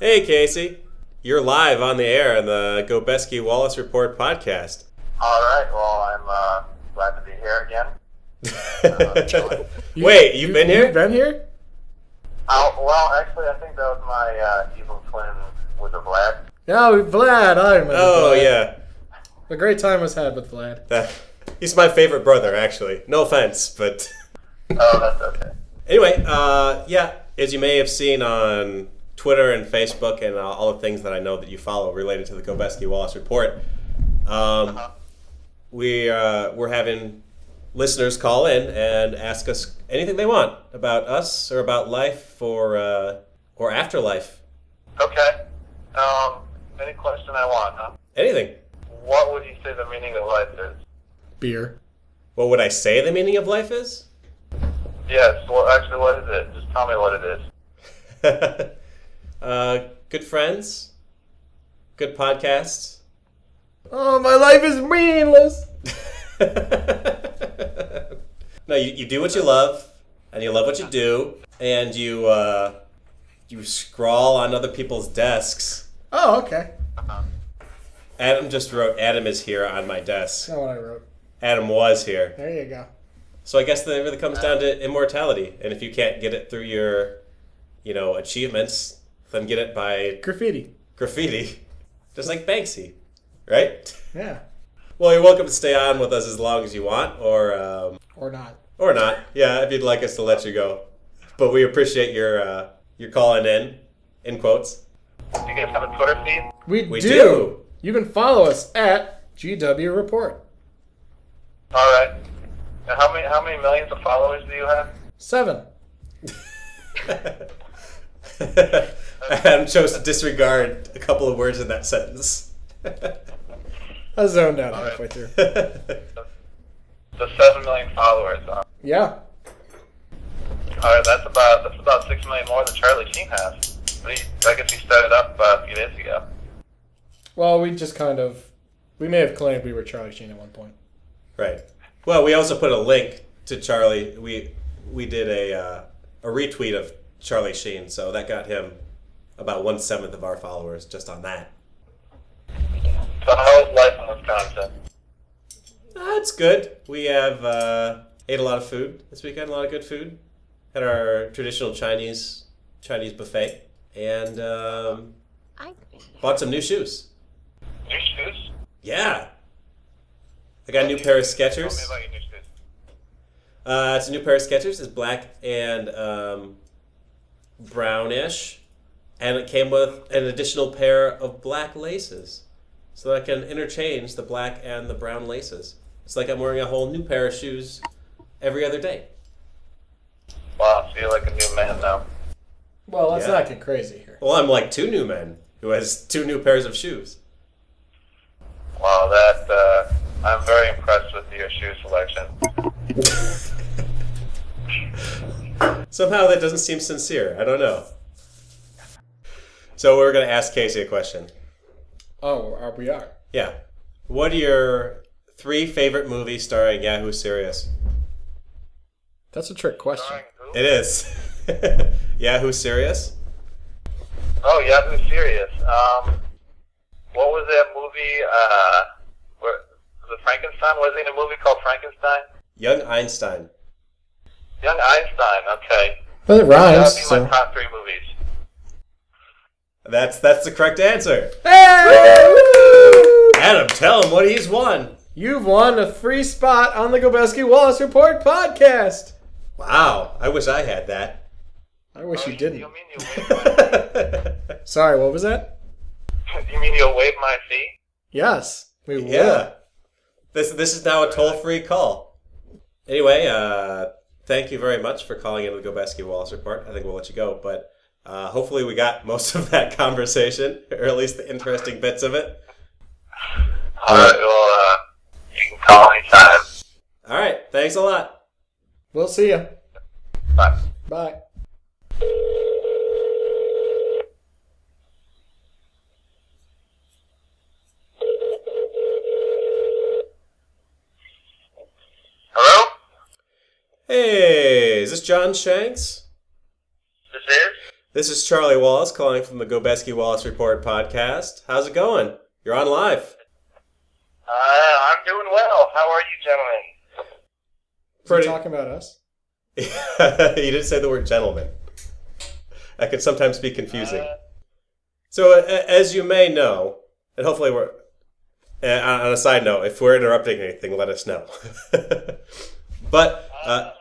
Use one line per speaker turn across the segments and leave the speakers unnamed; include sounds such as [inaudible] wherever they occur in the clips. Hey, Casey. You're live on the air on the Gobeski Wallace Report podcast.
All right. Well, I'm uh, glad to be here again. chilling.
Wait, you've been
You've
here?
been here?
Oh, well, actually, I think that was my uh, evil twin with the Vlad.
No, Vlad. I remember.
Oh,
Vlad.
yeah.
The great time was had with Vlad.
That- he's my favorite brother, actually. No offense, but
Oh, that's okay.
anyway, uh, yeah, as you may have seen on Twitter and Facebook and uh, all the things that I know that you follow related to the Gobeski Wallace Report, um, we uh, we're having listeners call in and ask us anything they want about us or about life or uh, or afterlife,
Okay. Um, any question I want, huh?
anything.
What would you say the meaning of life is?
Beer.
What would I say the meaning of life is? [laughs]
Yes. Well, actually, what is it? Just tell me what it is.
uh, good friends, good podcasts.
Oh, my life is meaningless.
[laughs] no, you, you do what you love, and you love what you do, and you uh, you scrawl on other people's desks.
Oh, okay.
Adam just wrote, "Adam is here on my desk."
That's not what I wrote.
Adam was here,
There you go.
so I guess that it really comes down to immortality. And if you can't get it through your, you know, achievements, then get it by
Graffiti.
graffiti, just like Banksy, right?
Yeah.
Well, you're welcome to stay on with us as long as you want, or um,
Or not.
or not. Yeah, if you'd like us to let you go, but we appreciate your uh, your calling in. In quotes, [laughs]
Do you guys have a Twitter feed?
We,
We
do.
do.
You can follow us at GW Report.
All right. And how many how many millions of followers do you have?
Seven.
Adam chose to disregard a couple of words in that sentence. [laughs]
I zoned out
Alright.
halfway through.
The seven million followers. Huh?
Yeah.
All right. Oh, That's about that's about six million more than Charlie Sheen has. He, I guess he started up uh, a few days ago.
Well, we just kind of. We may have claimed we were Charlie Sheen at one point.
right. Well, we also put a link to Charlie. We we did a uh, a retweet of Charlie Sheen, so that got him about one seventh of our followers just on that.
So how is life in Wisconsin?
That's good. We have uh, ate a lot of food this weekend. A lot of good food. Had our traditional Chinese Chinese buffet and um,
I
bought some new shoes.
New shoes?
Yeah, I got a new pair of
Tell me
Skechers.
about your new shoes.
Uh, it's a new pair of Skechers. It's black and um, brownish, and it came with an additional pair of black laces, so that I can interchange the black and the brown laces. It's like I'm wearing a whole new pair of shoes every other day.
Wow, so you're like a new man now.
Well, let's
Yeah.
not get crazy here.
Well, I'm like two new men who has two new pairs of shoes.
Wow, that uh, I'm very impressed with your shoe selection.
Somehow that doesn't seem sincere. I don't know. So we're gonna ask Casey a question.
Oh, are we are.
Yeah. What are your three favorite movies starring Yahoo Serious?
That's a trick question.
Starring who?
It is. [laughs] Yahoo Serious?
Oh, Yahoo Serious. Um, what was that movie? Uh, where, was it Frankenstein? Was it in a movie called Frankenstein?
Young Einstein.
Young Einstein. Okay,
Well,
that
it rhymes.
would be
so-
my top three movies.
That's that's the correct answer.
Hey!
Adam, tell him what he's won.
You've won a free spot on the Gobeski Wallace Report podcast.
Wow, I wish I had that.
I wish
Oh,
you
You
didn't.
mean you waive my,
[laughs]
Sorry, what was that?
you mean you'll waive my fee?
Yes, we will.
Yeah. This this is now a toll free call. Anyway, uh, thank you very much for calling into the Gobeski Wallace Report. I think we'll let you go, but uh, hopefully we got most of that [laughs] conversation, or at least the interesting bits of it.
All right. Well, uh, you can call anytime.
All right, thanks a lot.
We'll see you.
Bye.
Bye.
Hello.
Hey, is this John Shanks?
This is.
This is Charlie Wallace calling from the Gobeski Wallace Report podcast. How's it going? You're on live.
Uh, I'm doing well. How are you, gentlemen?
Is he
Pretty-
talking about us?
[laughs] you didn't say the word gentleman. That could sometimes be confusing.
Uh,
So, a- a- as you may know, and hopefully we're. uh, On on a side note, if we're interrupting anything, let us know. [laughs] but uh,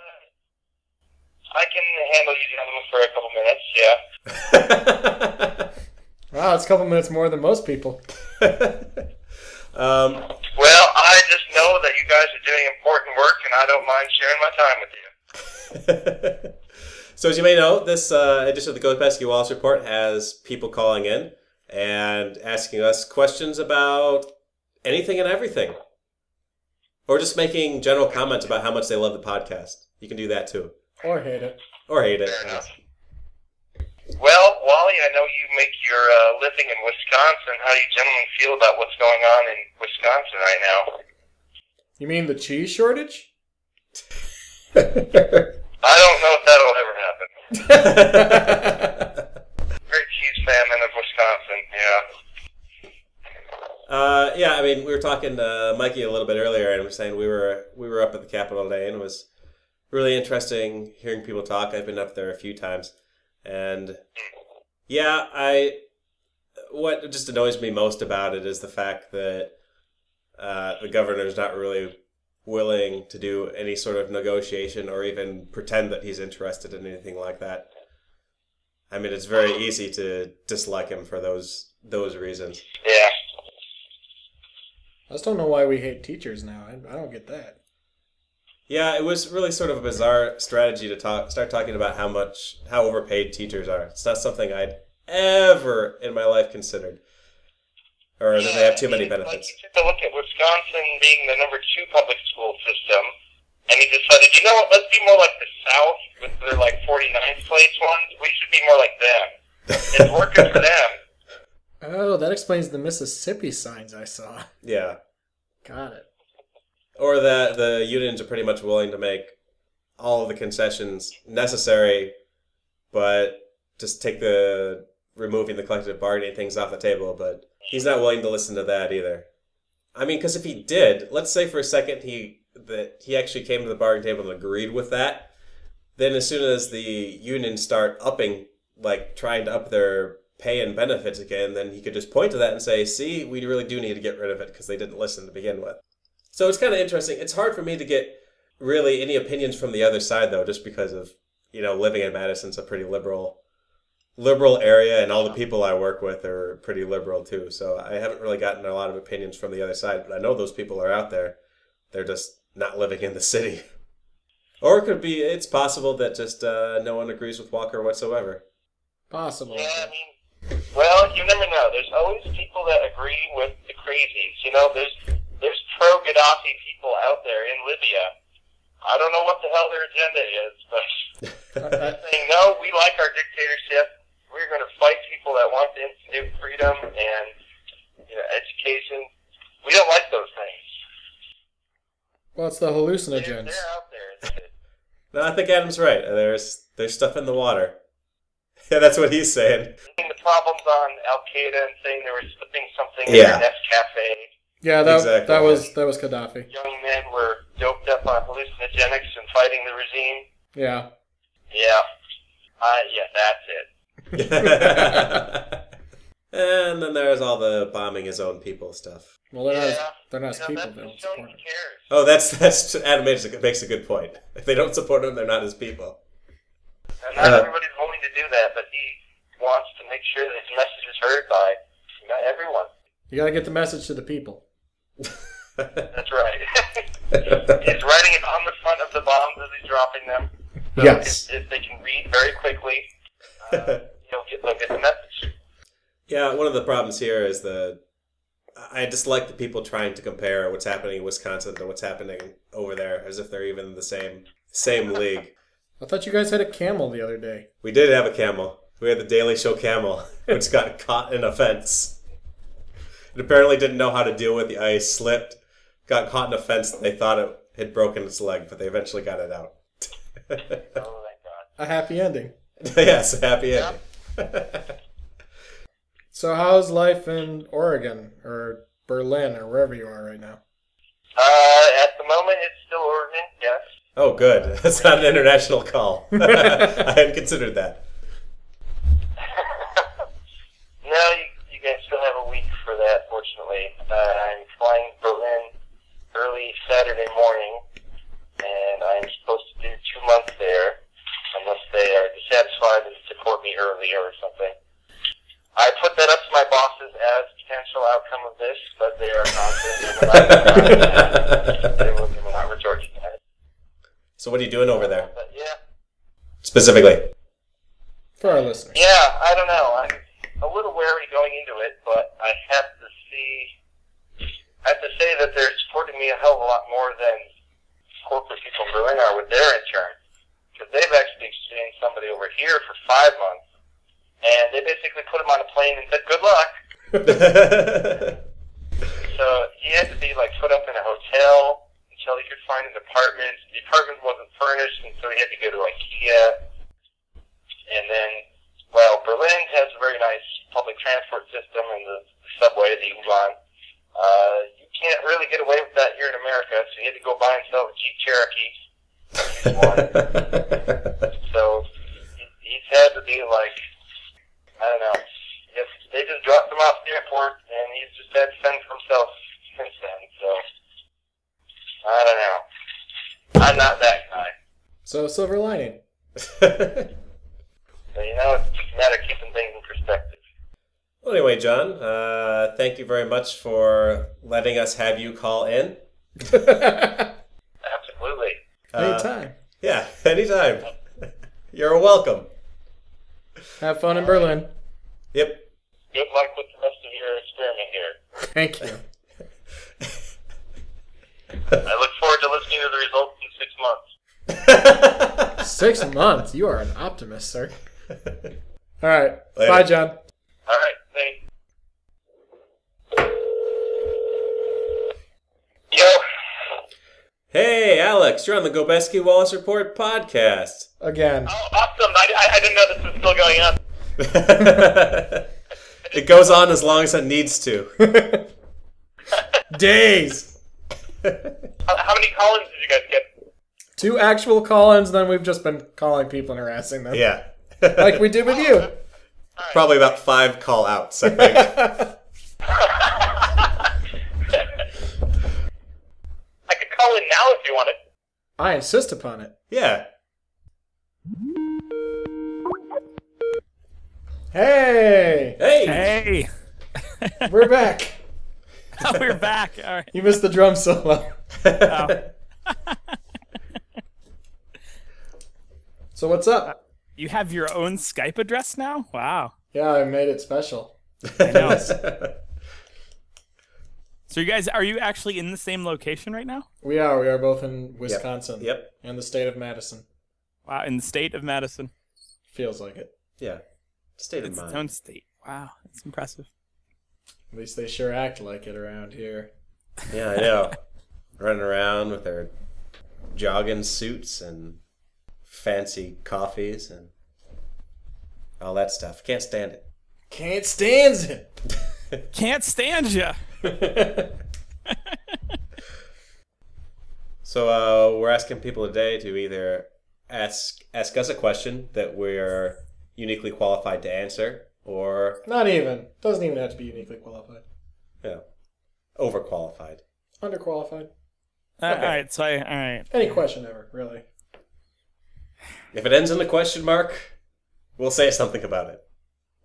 I can handle you gentlemen for a couple minutes. Yeah.
uh,
Wow, it's a couple minutes more than most people.
[laughs] um,
Well, I just know that you guys are doing important work, and I don't mind sharing my time with you.
[laughs] so as you may know, this uh, edition of the Go Pesky Wallace Report has people calling in and asking us questions about anything and everything, or just making general comments about how much they love the podcast. You can do that too,
Or Oh, hate it.
or hate it.
Fair enough. Well, Wally, I know you make your uh, living in Wisconsin. How do you gentlemen feel about what's going on in Wisconsin right now?
You mean the cheese shortage?
I don't know if that'll ever happen.
[laughs] uh,
Great cheese famine of Wisconsin. Yeah.
Uh, yeah, I mean, we were talking to Mikey a little bit earlier, and we were saying we were we were up at the Capitol today, and it was really interesting hearing people talk. I've been up there a few times, and yeah, I what just annoys me most about it is the fact that uh, the governor's not really willing to do any sort of negotiation or even pretend that he's interested in anything like that. I mean, it's very easy to dislike him for those those reasons.
Yeah.
I just don't know why we hate teachers now. I, I don't get that.
Yeah, it was really sort of a bizarre strategy to talk, start talking about how much how overpaid teachers are. It's not something I'd ever in my life considered, or that they have too many
Yeah, like,
benefits.
you took a look at Wisconsin being the number two public school system, and he decided, you know what, let's be more like the South with their like 49th place ones. We should be more like them. It's working for
[laughs]
them.
Oh, that explains the Mississippi signs I saw. [laughs]
Yeah,
Got it.
or that the unions are pretty much willing to make all of the concessions necessary, but just take the removing the collective bargaining things off the table. But he's not willing to listen to that either. I mean, because if he did, let's say for a second he that he actually came to the bargaining table and agreed with that, then as soon as the unions start upping, like trying to up their pay and benefits again, then he could just point to that and say, "See, we really do need to get rid of it because they didn't listen to begin with." So it's kind of interesting. It's hard for me to get really any opinions from the other side though, just because of you know living in Madison's a pretty liberal liberal area, and all the people I work with are pretty liberal too. So I haven't really gotten a lot of opinions from the other side, but I know those people are out there. They're just not living in the city. [laughs] Or it could be, it's possible that just uh, no one agrees with Walker whatsoever.
Possible.
Yeah, I mean, well, you never know. There's always people that agree with the crazies. You know, there's there's pro Gaddafi people out there in Libya. I don't know what the hell their agenda is, but. [laughs]
I- I-
saying, no, we like our dictatorship. We're going to fight people that want to institute freedom and you know, education. We don't like those things.
well, it's the
They're,
hallucinogens.
they're out there. It's-
No, I think Adam's right. There's there's stuff in the water. [laughs] Yeah, that's what he's saying.
I mean, the problems on Al Qaeda and saying they were slipping something
Yeah.
in their Nescafe.
Yeah, that,
Exactly.
that was that was Gaddafi.
Young men were doped up on hallucinogenics and fighting the regime.
Yeah.
Yeah. Uh, yeah, that's it.
[laughs] and then there's all the bombing his own people stuff.
Well, they're not
Yeah.
as, they're not as
You know, that's
people. They
just showing
don't support
who
it.
cares.
Oh, that's that's Adam makes a, makes a good point. If they don't support him, they're not his people. [laughs]
And not
Uh,
everybody's willing to do that, but he wants to make sure that his message is heard by you know, everyone.
You gotta get the message to the people.
That's right. [laughs] he's writing it on the front of the bombs as he's dropping them. So
Yes.
If, if they can read very quickly, he'll get, they'll get the message.
yeah, one of the problems here is the I dislike the people trying to compare what's happening in Wisconsin to what's happening over there, as if they're even in the same same league.
I thought you guys had a camel the other day.
We did have a camel. We had the Daily Show camel, [laughs] which got caught in a fence. It apparently didn't know how to deal with the ice, slipped, got caught in a fence. They thought it had broken its leg, but they eventually got it out. [laughs]
Oh, thank God.
A happy ending.
yes, happy ending.
So how's life in Oregon or Berlin or wherever you are right now?
Uh, at the moment, it's still Oregon. Yes.
oh, good. [laughs] That's not an international call. [laughs] I hadn't considered that.
[laughs] no, you, you guys still have a week for that. Fortunately, uh, I'm flying to Berlin early Saturday morning, and I'm supposed to do two months there, unless they are dissatisfied and deport me earlier or something. I put that up to my bosses as potential outcome of this, but they are not. They will not- they will- they will not resort to that.
So, what are you doing over there
But yeah.
specifically? [laughs]
For our listeners.
Yeah, I don't know. I'm a little wary going into it, but I have to see. I have to say that they're supporting me a hell of a lot more than corporate people in Berlin are with their insurance, because they've actually exchanged somebody over here for five months, and they basically put him on a plane and said, "Good luck." So he had to be like put up in a hotel until he could find an apartment. The apartment wasn't furnished, and so he had to go to IKEA. And then, well, Berlin has a very nice public transport system and the, the subway, the U-Bahn. Uh, you can't really get away with that here in America, so he had to go buy himself a Jeep Cherokee. So he- he's had to be like, I don't know. If they just dropped him off at the airport, and he's just had to fend for himself since then. So I don't know. I'm not that guy.
So silver lining. [laughs]
well,
So you know, it's just a matter of keeping things in perspective.
anyway, John, uh, thank you very much for letting us have you call in.
Uh, Absolutely.
Uh,
Anytime.
Yeah, anytime. [laughs] You're welcome.
Have fun in Berlin.
Yep. [laughs]
Good luck with the rest of your experiment here.
Thank you.
I look forward to listening to the results in six months. [laughs]
Six months. You are an optimist, sir. All right. Bye,
Later.
John.
All right, thanks. Yo,
hey, Alex, you're on the Gobeski Wallace Report podcast. [laughs]
[laughs]
Again.
oh, awesome! I, I, I didn't know this was still going on.
it goes on as long as it needs to. [laughs]
Days.
How, how many call-ins did you guys get?
Two actual call-ins, then we've just been calling people and harassing them.
Yeah.
Like we did with you.
[laughs] Probably about five call outs, I
[laughs]
think.
I could call in now if you wanted.
I insist upon it.
yeah.
Hey,
Hey.
Hey,
we're back.
[laughs] we're back. All right.
You missed the drum solo. So what's up?
You have your own Skype address now? Wow.
Yeah, I made it special.
I know. so you guys, are you actually in the same location right now?
We are. We are both in Wisconsin.
Yep.
And the state of Madison.
Wow, in the state of Madison.
Feels like it.
[laughs] Yeah. State of
It's its
mind.
own state. Wow, that's impressive.
At least they sure act like it around here.
Yeah, I know. Running around with their jogging suits and fancy coffees and all that stuff. Can't stand it.
Can't stand it.
Can't stand ya.
So uh, we're asking people today to either ask ask us a question that we're uniquely qualified to answer, or
Not even. Doesn't even have to be uniquely qualified.
you know, overqualified.
Underqualified.
Uh, All right, so I, all right.
Any question ever, really.
If it ends in a question mark, we'll say something about it.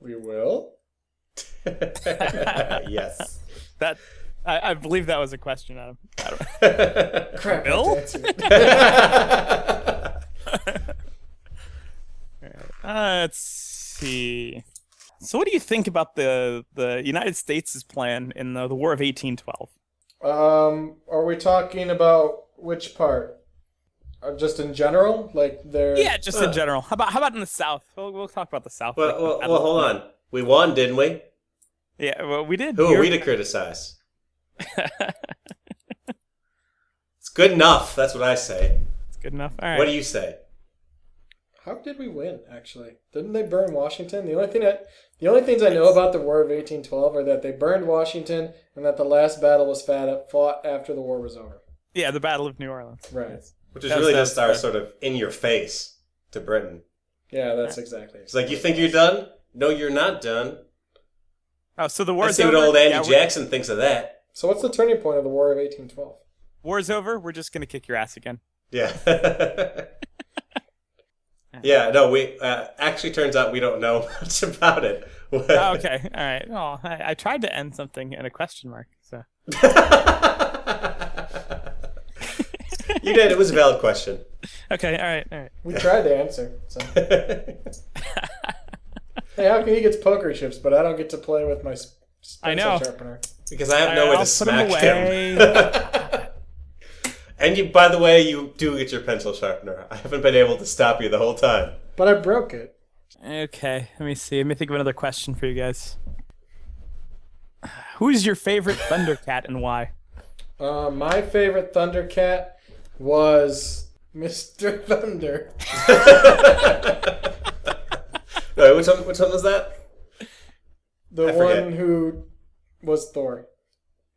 We will.
[laughs] yes.
That I, I believe that was a question, Adam. I don't-
Crap. I
Bill?
have to answer
[laughs]
it.
Uh, let's see. So, what do you think about the the United States' plan in the, the War of 1812?
Um, are we talking about which part? Uh, just in general, like there.
Yeah, just in
Uh.
general. How about how about in the South? We'll, we'll talk about the South. like,
well, well,
at
well,
the-
hold on. We won, didn't we?
Yeah, well, we did.
Who
You're- [laughs]
are we to criticize? it's good enough. That's what I say.
Good enough. All right.
What do you say?
How did we win? Actually, didn't they burn Washington? The only thing that the only things I know about the War of 1812 are that they burned Washington and that the last battle was fat- fought after the war was over.
Yeah, the Battle of New Orleans.
Right.
Which is
That's-
really just
that's
our
fair.
sort of in your face to Britain.
Yeah, that's exactly.
It's like, you think you're done? No, you're not done.
Oh, so the
Let's
war's
see what
over.
old
Yeah,
Andy
we're-
Jackson thinks of that.
So what's the turning point of the War of 1812?
war's over. We're just gonna kick your
[laughs]
ass again. [laughs]
Yeah. yeah, no, we uh, actually turns out we don't know [laughs] much about it. [laughs]
Oh, okay. All right. Oh, I, I tried to end something in a question mark. So
you did. It was a valid question. [laughs]
okay. All right. [laughs] All right.
We tried to answer. So.
That's
Hey, how come he gets poker chips, but I don't get to play with my sp-
I
pencil
know.
sharpener?
because I have
All
no
right,
way
I'll
to
put 'em
smack him. [laughs] and you, by the way, you do get your pencil sharpener. I haven't been able to stop you the whole time. [laughs]
But I broke it.
Okay. Let me see. Let me think of another question for you guys. Who's your favorite Thundercat and why?
Uh, my favorite Thundercat was Mr. [laughs] Thunder.
Wait, which one? Which one was that? [laughs]
The
I forget.
one who was Thor.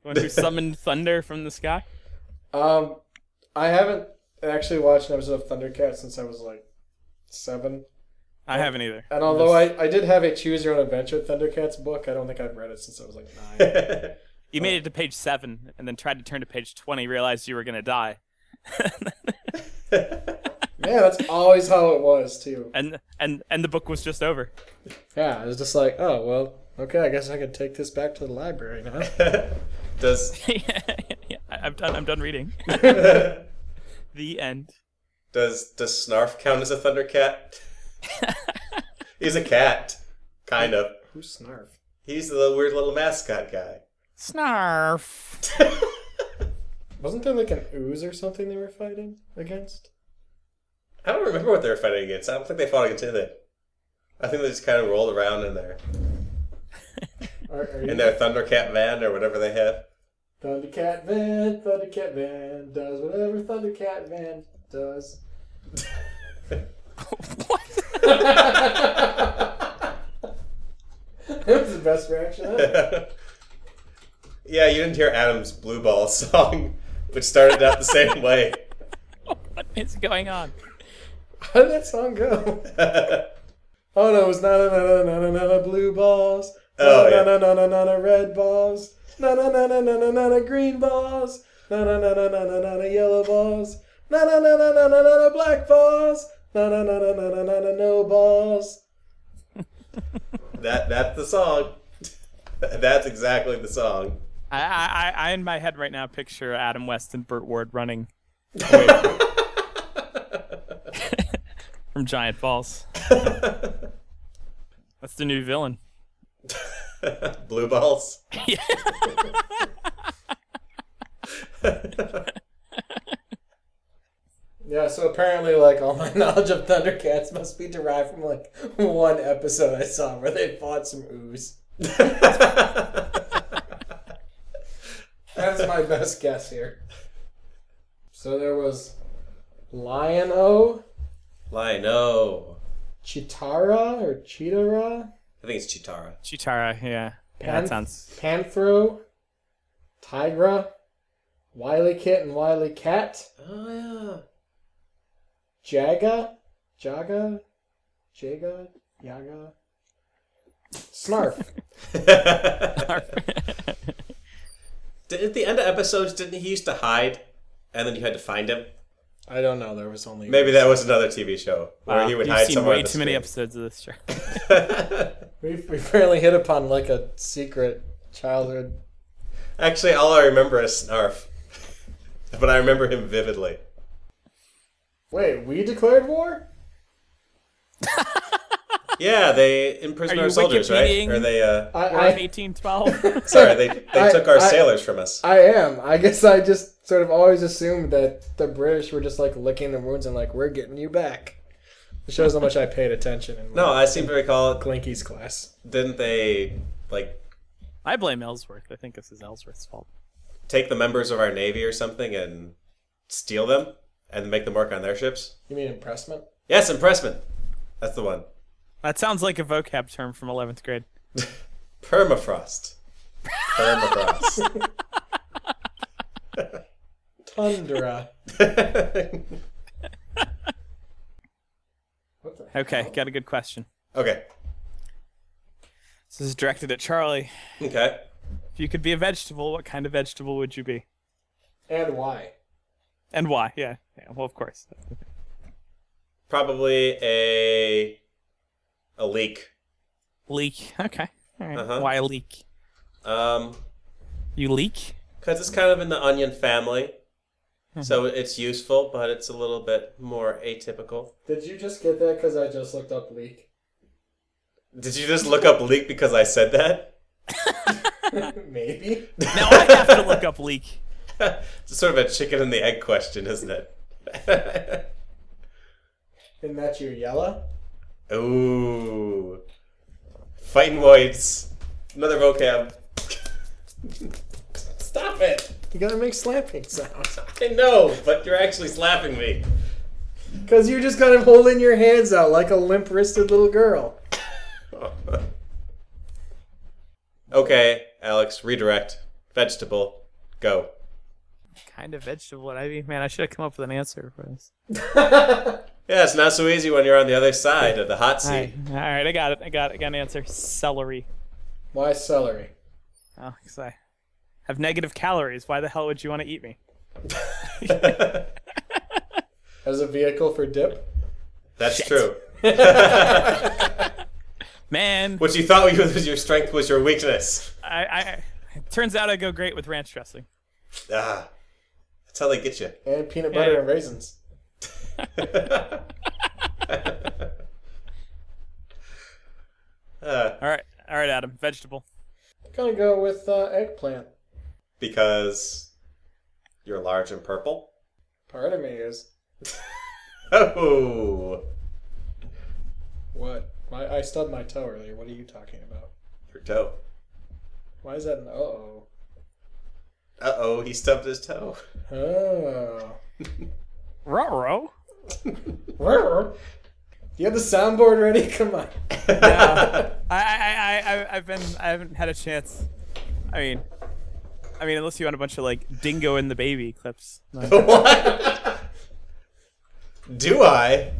The one who summoned thunder from the sky?
Um, I haven't actually watched an episode of Thundercat since I was like seven.
I haven't either.
And although I, I did have a Choose Your Own Adventure Thundercats book, I don't think I've read it since I was like nine. [laughs]
You made it to page seven and then tried to turn to page twenty, realized you were gonna die, [laughs]
yeah, that's always how it was, too.
and and and the book was just over. [laughs]
Yeah, I was just like, oh, well, okay, I guess I can take this back to the library [laughs] now.
does [laughs]
yeah, I- I'm done. I'm done reading. [laughs] the end.
does does Snarf count as a Thundercat? [laughs] He's a cat, kind of.
Who's Snarf?
He's the weird little mascot guy.
Snarf.
Wasn't there like an ooze or something they were fighting against?
I don't remember what they were fighting against. I don't think they fought against anything. I think they just kind of rolled around in there
Are, are you
in their Thundercat van or whatever they have.
Thundercat Van, Thundercat Van does whatever Thundercat Van does.
what? [laughs]
That was the best reaction. I had.
[laughs] yeah, you didn't hear Adam's Blue Ball [laughs] song, which started out the same way. [laughs]
what is going on?
How did that song go? Oh no, it was na na na na na na na blue balls.
Oh,
Na
yeah.
na na na na na red balls. Na na na na na na na na green balls. Na na na na na na na na yellow balls. Na na na na na na na na black balls. Na na na na na na na na no balls.
that that's the song. [laughs] that's exactly the song. [laughs]
I, I, I, I in my head right now picture Adam West and Burt Ward running [laughs] from Giant Falls. That's the new villain.
Blue balls. [laughs]
Yeah.
Yeah, so apparently, like, all my [laughs] knowledge of Thundercats must be derived from, like, one episode I saw where they fought some ooze. That's my best guess here. So there was Lion O,
Lino.
Chitara or Cheetara,
I think it's Chitara.
Chitara, yeah. yeah
Pan-
that sounds.
Panthro, Tigra, Wily Kit and Wily Cat,
Oh yeah.
Jaga, Jaga, Jaga, Yaga, Snarf.
[laughs] Did, at the end of episodes, didn't he used to hide, and then you had to find him?
[laughs] I don't know. There was only
Maybe that was another TV show where
Wow,
he
[laughs]
would
You've
hide
seen
somewhere.
way
on the
too many
screen.
episodes of this show.
we we barely hit upon like a secret childhood.
[laughs] Actually, all I remember is Snarf, [laughs] but I remember him vividly.
Wait, we declared war?
Yeah, they imprisoned
Are
our
you
soldiers, right?
Wikipediaing?
Or they? Uh,
I
War of
[laughs] I,
1812.
sorry, they they
I-
took our
I-
sailors from us.
I am. I guess I just sort of always assumed that the British were just like licking the wounds and like we're getting you back. It shows how much I paid attention in
no, I seem to recall.
Glinky's class.
Didn't they like
[laughs] I blame Ellsworth. I think this is Ellsworth's fault.
take the members of our navy or something and steal them and make them work on their ships?
You mean impressment?
Yes, impressment. That's the one.
That sounds like a vocab term from 11th grade.
Permafrost. Permafrost. [laughs]
Tundra. What the
Okay, got a good question.
okay.
This is directed at Charlie.
Okay.
If you could be a vegetable, what kind of vegetable would you be?
And why?
And why? Yeah. yeah well, of course.
Probably a a leak.
Leak. Okay. All right.
Uh-huh.
Why leak?
Um,
You leak?
because it's kind of in the onion family, so it's useful, but it's a little bit more atypical.
Did you just get that because I just looked up leak? [laughs]
Did you just look up leak because I said that? [laughs]
Maybe.
Now I have to look up leak.
It's sort of a chicken and the egg question, isn't it? [laughs]
And that's your yellow?
Ooh, fighting voids. Another vocab. [laughs] Stop it!
You gotta make slapping sounds.
I know, but you're actually slapping me.
Because you're just kind of holding your hands out like a limp wristed little girl. [laughs]
okay, Alex, redirect. Vegetable, go.
Kind of vegetable would I be? Man, I should have come up with an answer for this.
Yeah, it's not so easy when you're on the other side of the hot
All
seat.
right. All right. I got it. I got it. I got an answer. Celery.
Why celery?
Oh, 'cause I have negative calories. Why the hell would you want to eat me?
[laughs]
As a vehicle for dip?
That's true.
Man,
What you thought was your strength was your weakness.
I, I, it turns out I go great with ranch dressing.
Ah, that's how they get you. [laughs]
And peanut butter
Yeah.
and raisins.
Uh,
All right. All right, Adam. Vegetable.
Gonna go with uh, eggplant.
because you're large and purple.
Part of me is.
Oh,
What? My, I stubbed my toe earlier. What are you talking about?
your toe.
Why is that an uh oh?
Uh oh, he stubbed his toe.
Oh.
Ruh-roh.
Do you have the soundboard ready? [laughs] Come on.
I, I, I, I, I've been, I haven't had a chance. I mean, I mean, unless you want a bunch of like Dingo and the Baby clips.
[laughs]
[laughs]
what? Do I?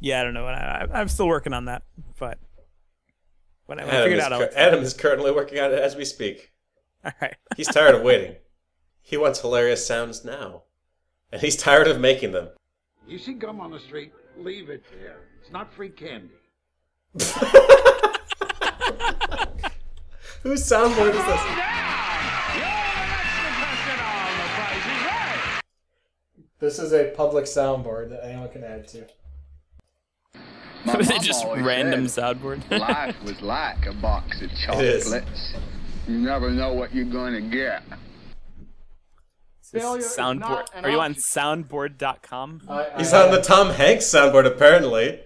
Yeah, I don't know. I, I, I'm still working on that, but when I, when I
Adam
figured
is,
out, I'll-
cur- Adam is currently working on it as we speak.
all right.
He's tired of waiting. He wants hilarious sounds now. And he's tired of making them.
You see gum on the street, leave it there. It's not free candy.
Whose soundboard is this?
This is a public soundboard that anyone can add to.
[laughs]
[laughs] My
Was
mom
it just
always
random
said,
soundboard? [laughs]
Life was like a box of
is.
chocolates. You never know what you're gonna get.
It's just
Failure is
soundboard.
not an
Are you on
option. Uh,
soundboard.com?
I,
He's
I-
on the Tom Hanks soundboard, apparently.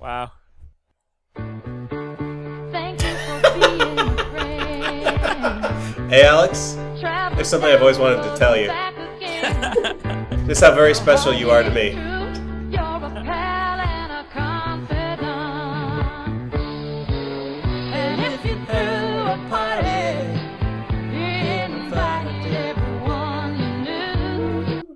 Wow.
Thank you for being friends.
Hey, Alex,
There's
something I've always wanted to tell you. [laughs] just how very special you are to me.
You're a pal and a confidant. And if you threw a party, you invited everyone you knew.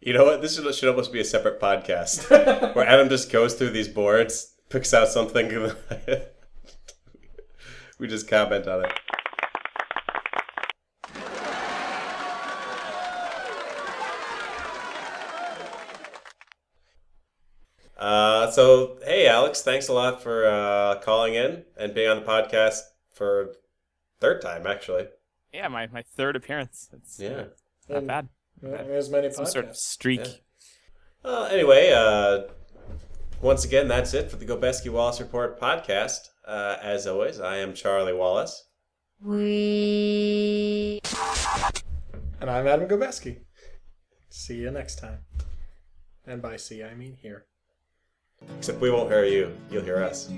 You know what? This should, should almost be a separate podcast where Adam just goes through these boards, picks out something, [laughs] we just comment on it. Uh, so hey, Alex, thanks a lot for uh, calling in and being on the podcast for third time, actually.
Yeah, my, my third appearance. It's
Yeah.
not bad.
There's many
Some sort of
podcasts.
streak.
Yeah. Well, anyway, uh, once again, that's it for the Gobeski Wallace Report podcast. Uh, as always, I am Charlie Wallace.
And I'm Adam Gobeski. See you next time. And by see, I mean here.
Except we won't hear you, you'll hear us.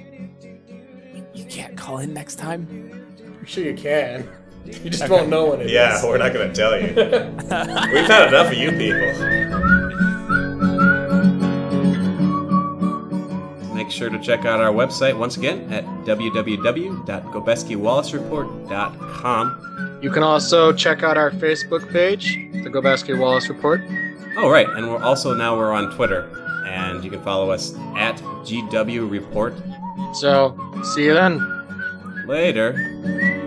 You can't call in next time.
I'm sure you can. [laughs]
[laughs]
You just won't know when it is.
Yeah, we're not going to tell you. We've had enough of you people. sure to check out our website once again at www.gobeskiwallacereport.com.
You can also check out our Facebook page, the Gobesky Wallace Report.
Oh, right, and we're also now we're on Twitter, and you can follow us at GW Report.
So, see you then.
Later. [laughs]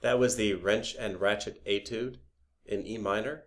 that was the Wrench and Ratchet Etude in E minor.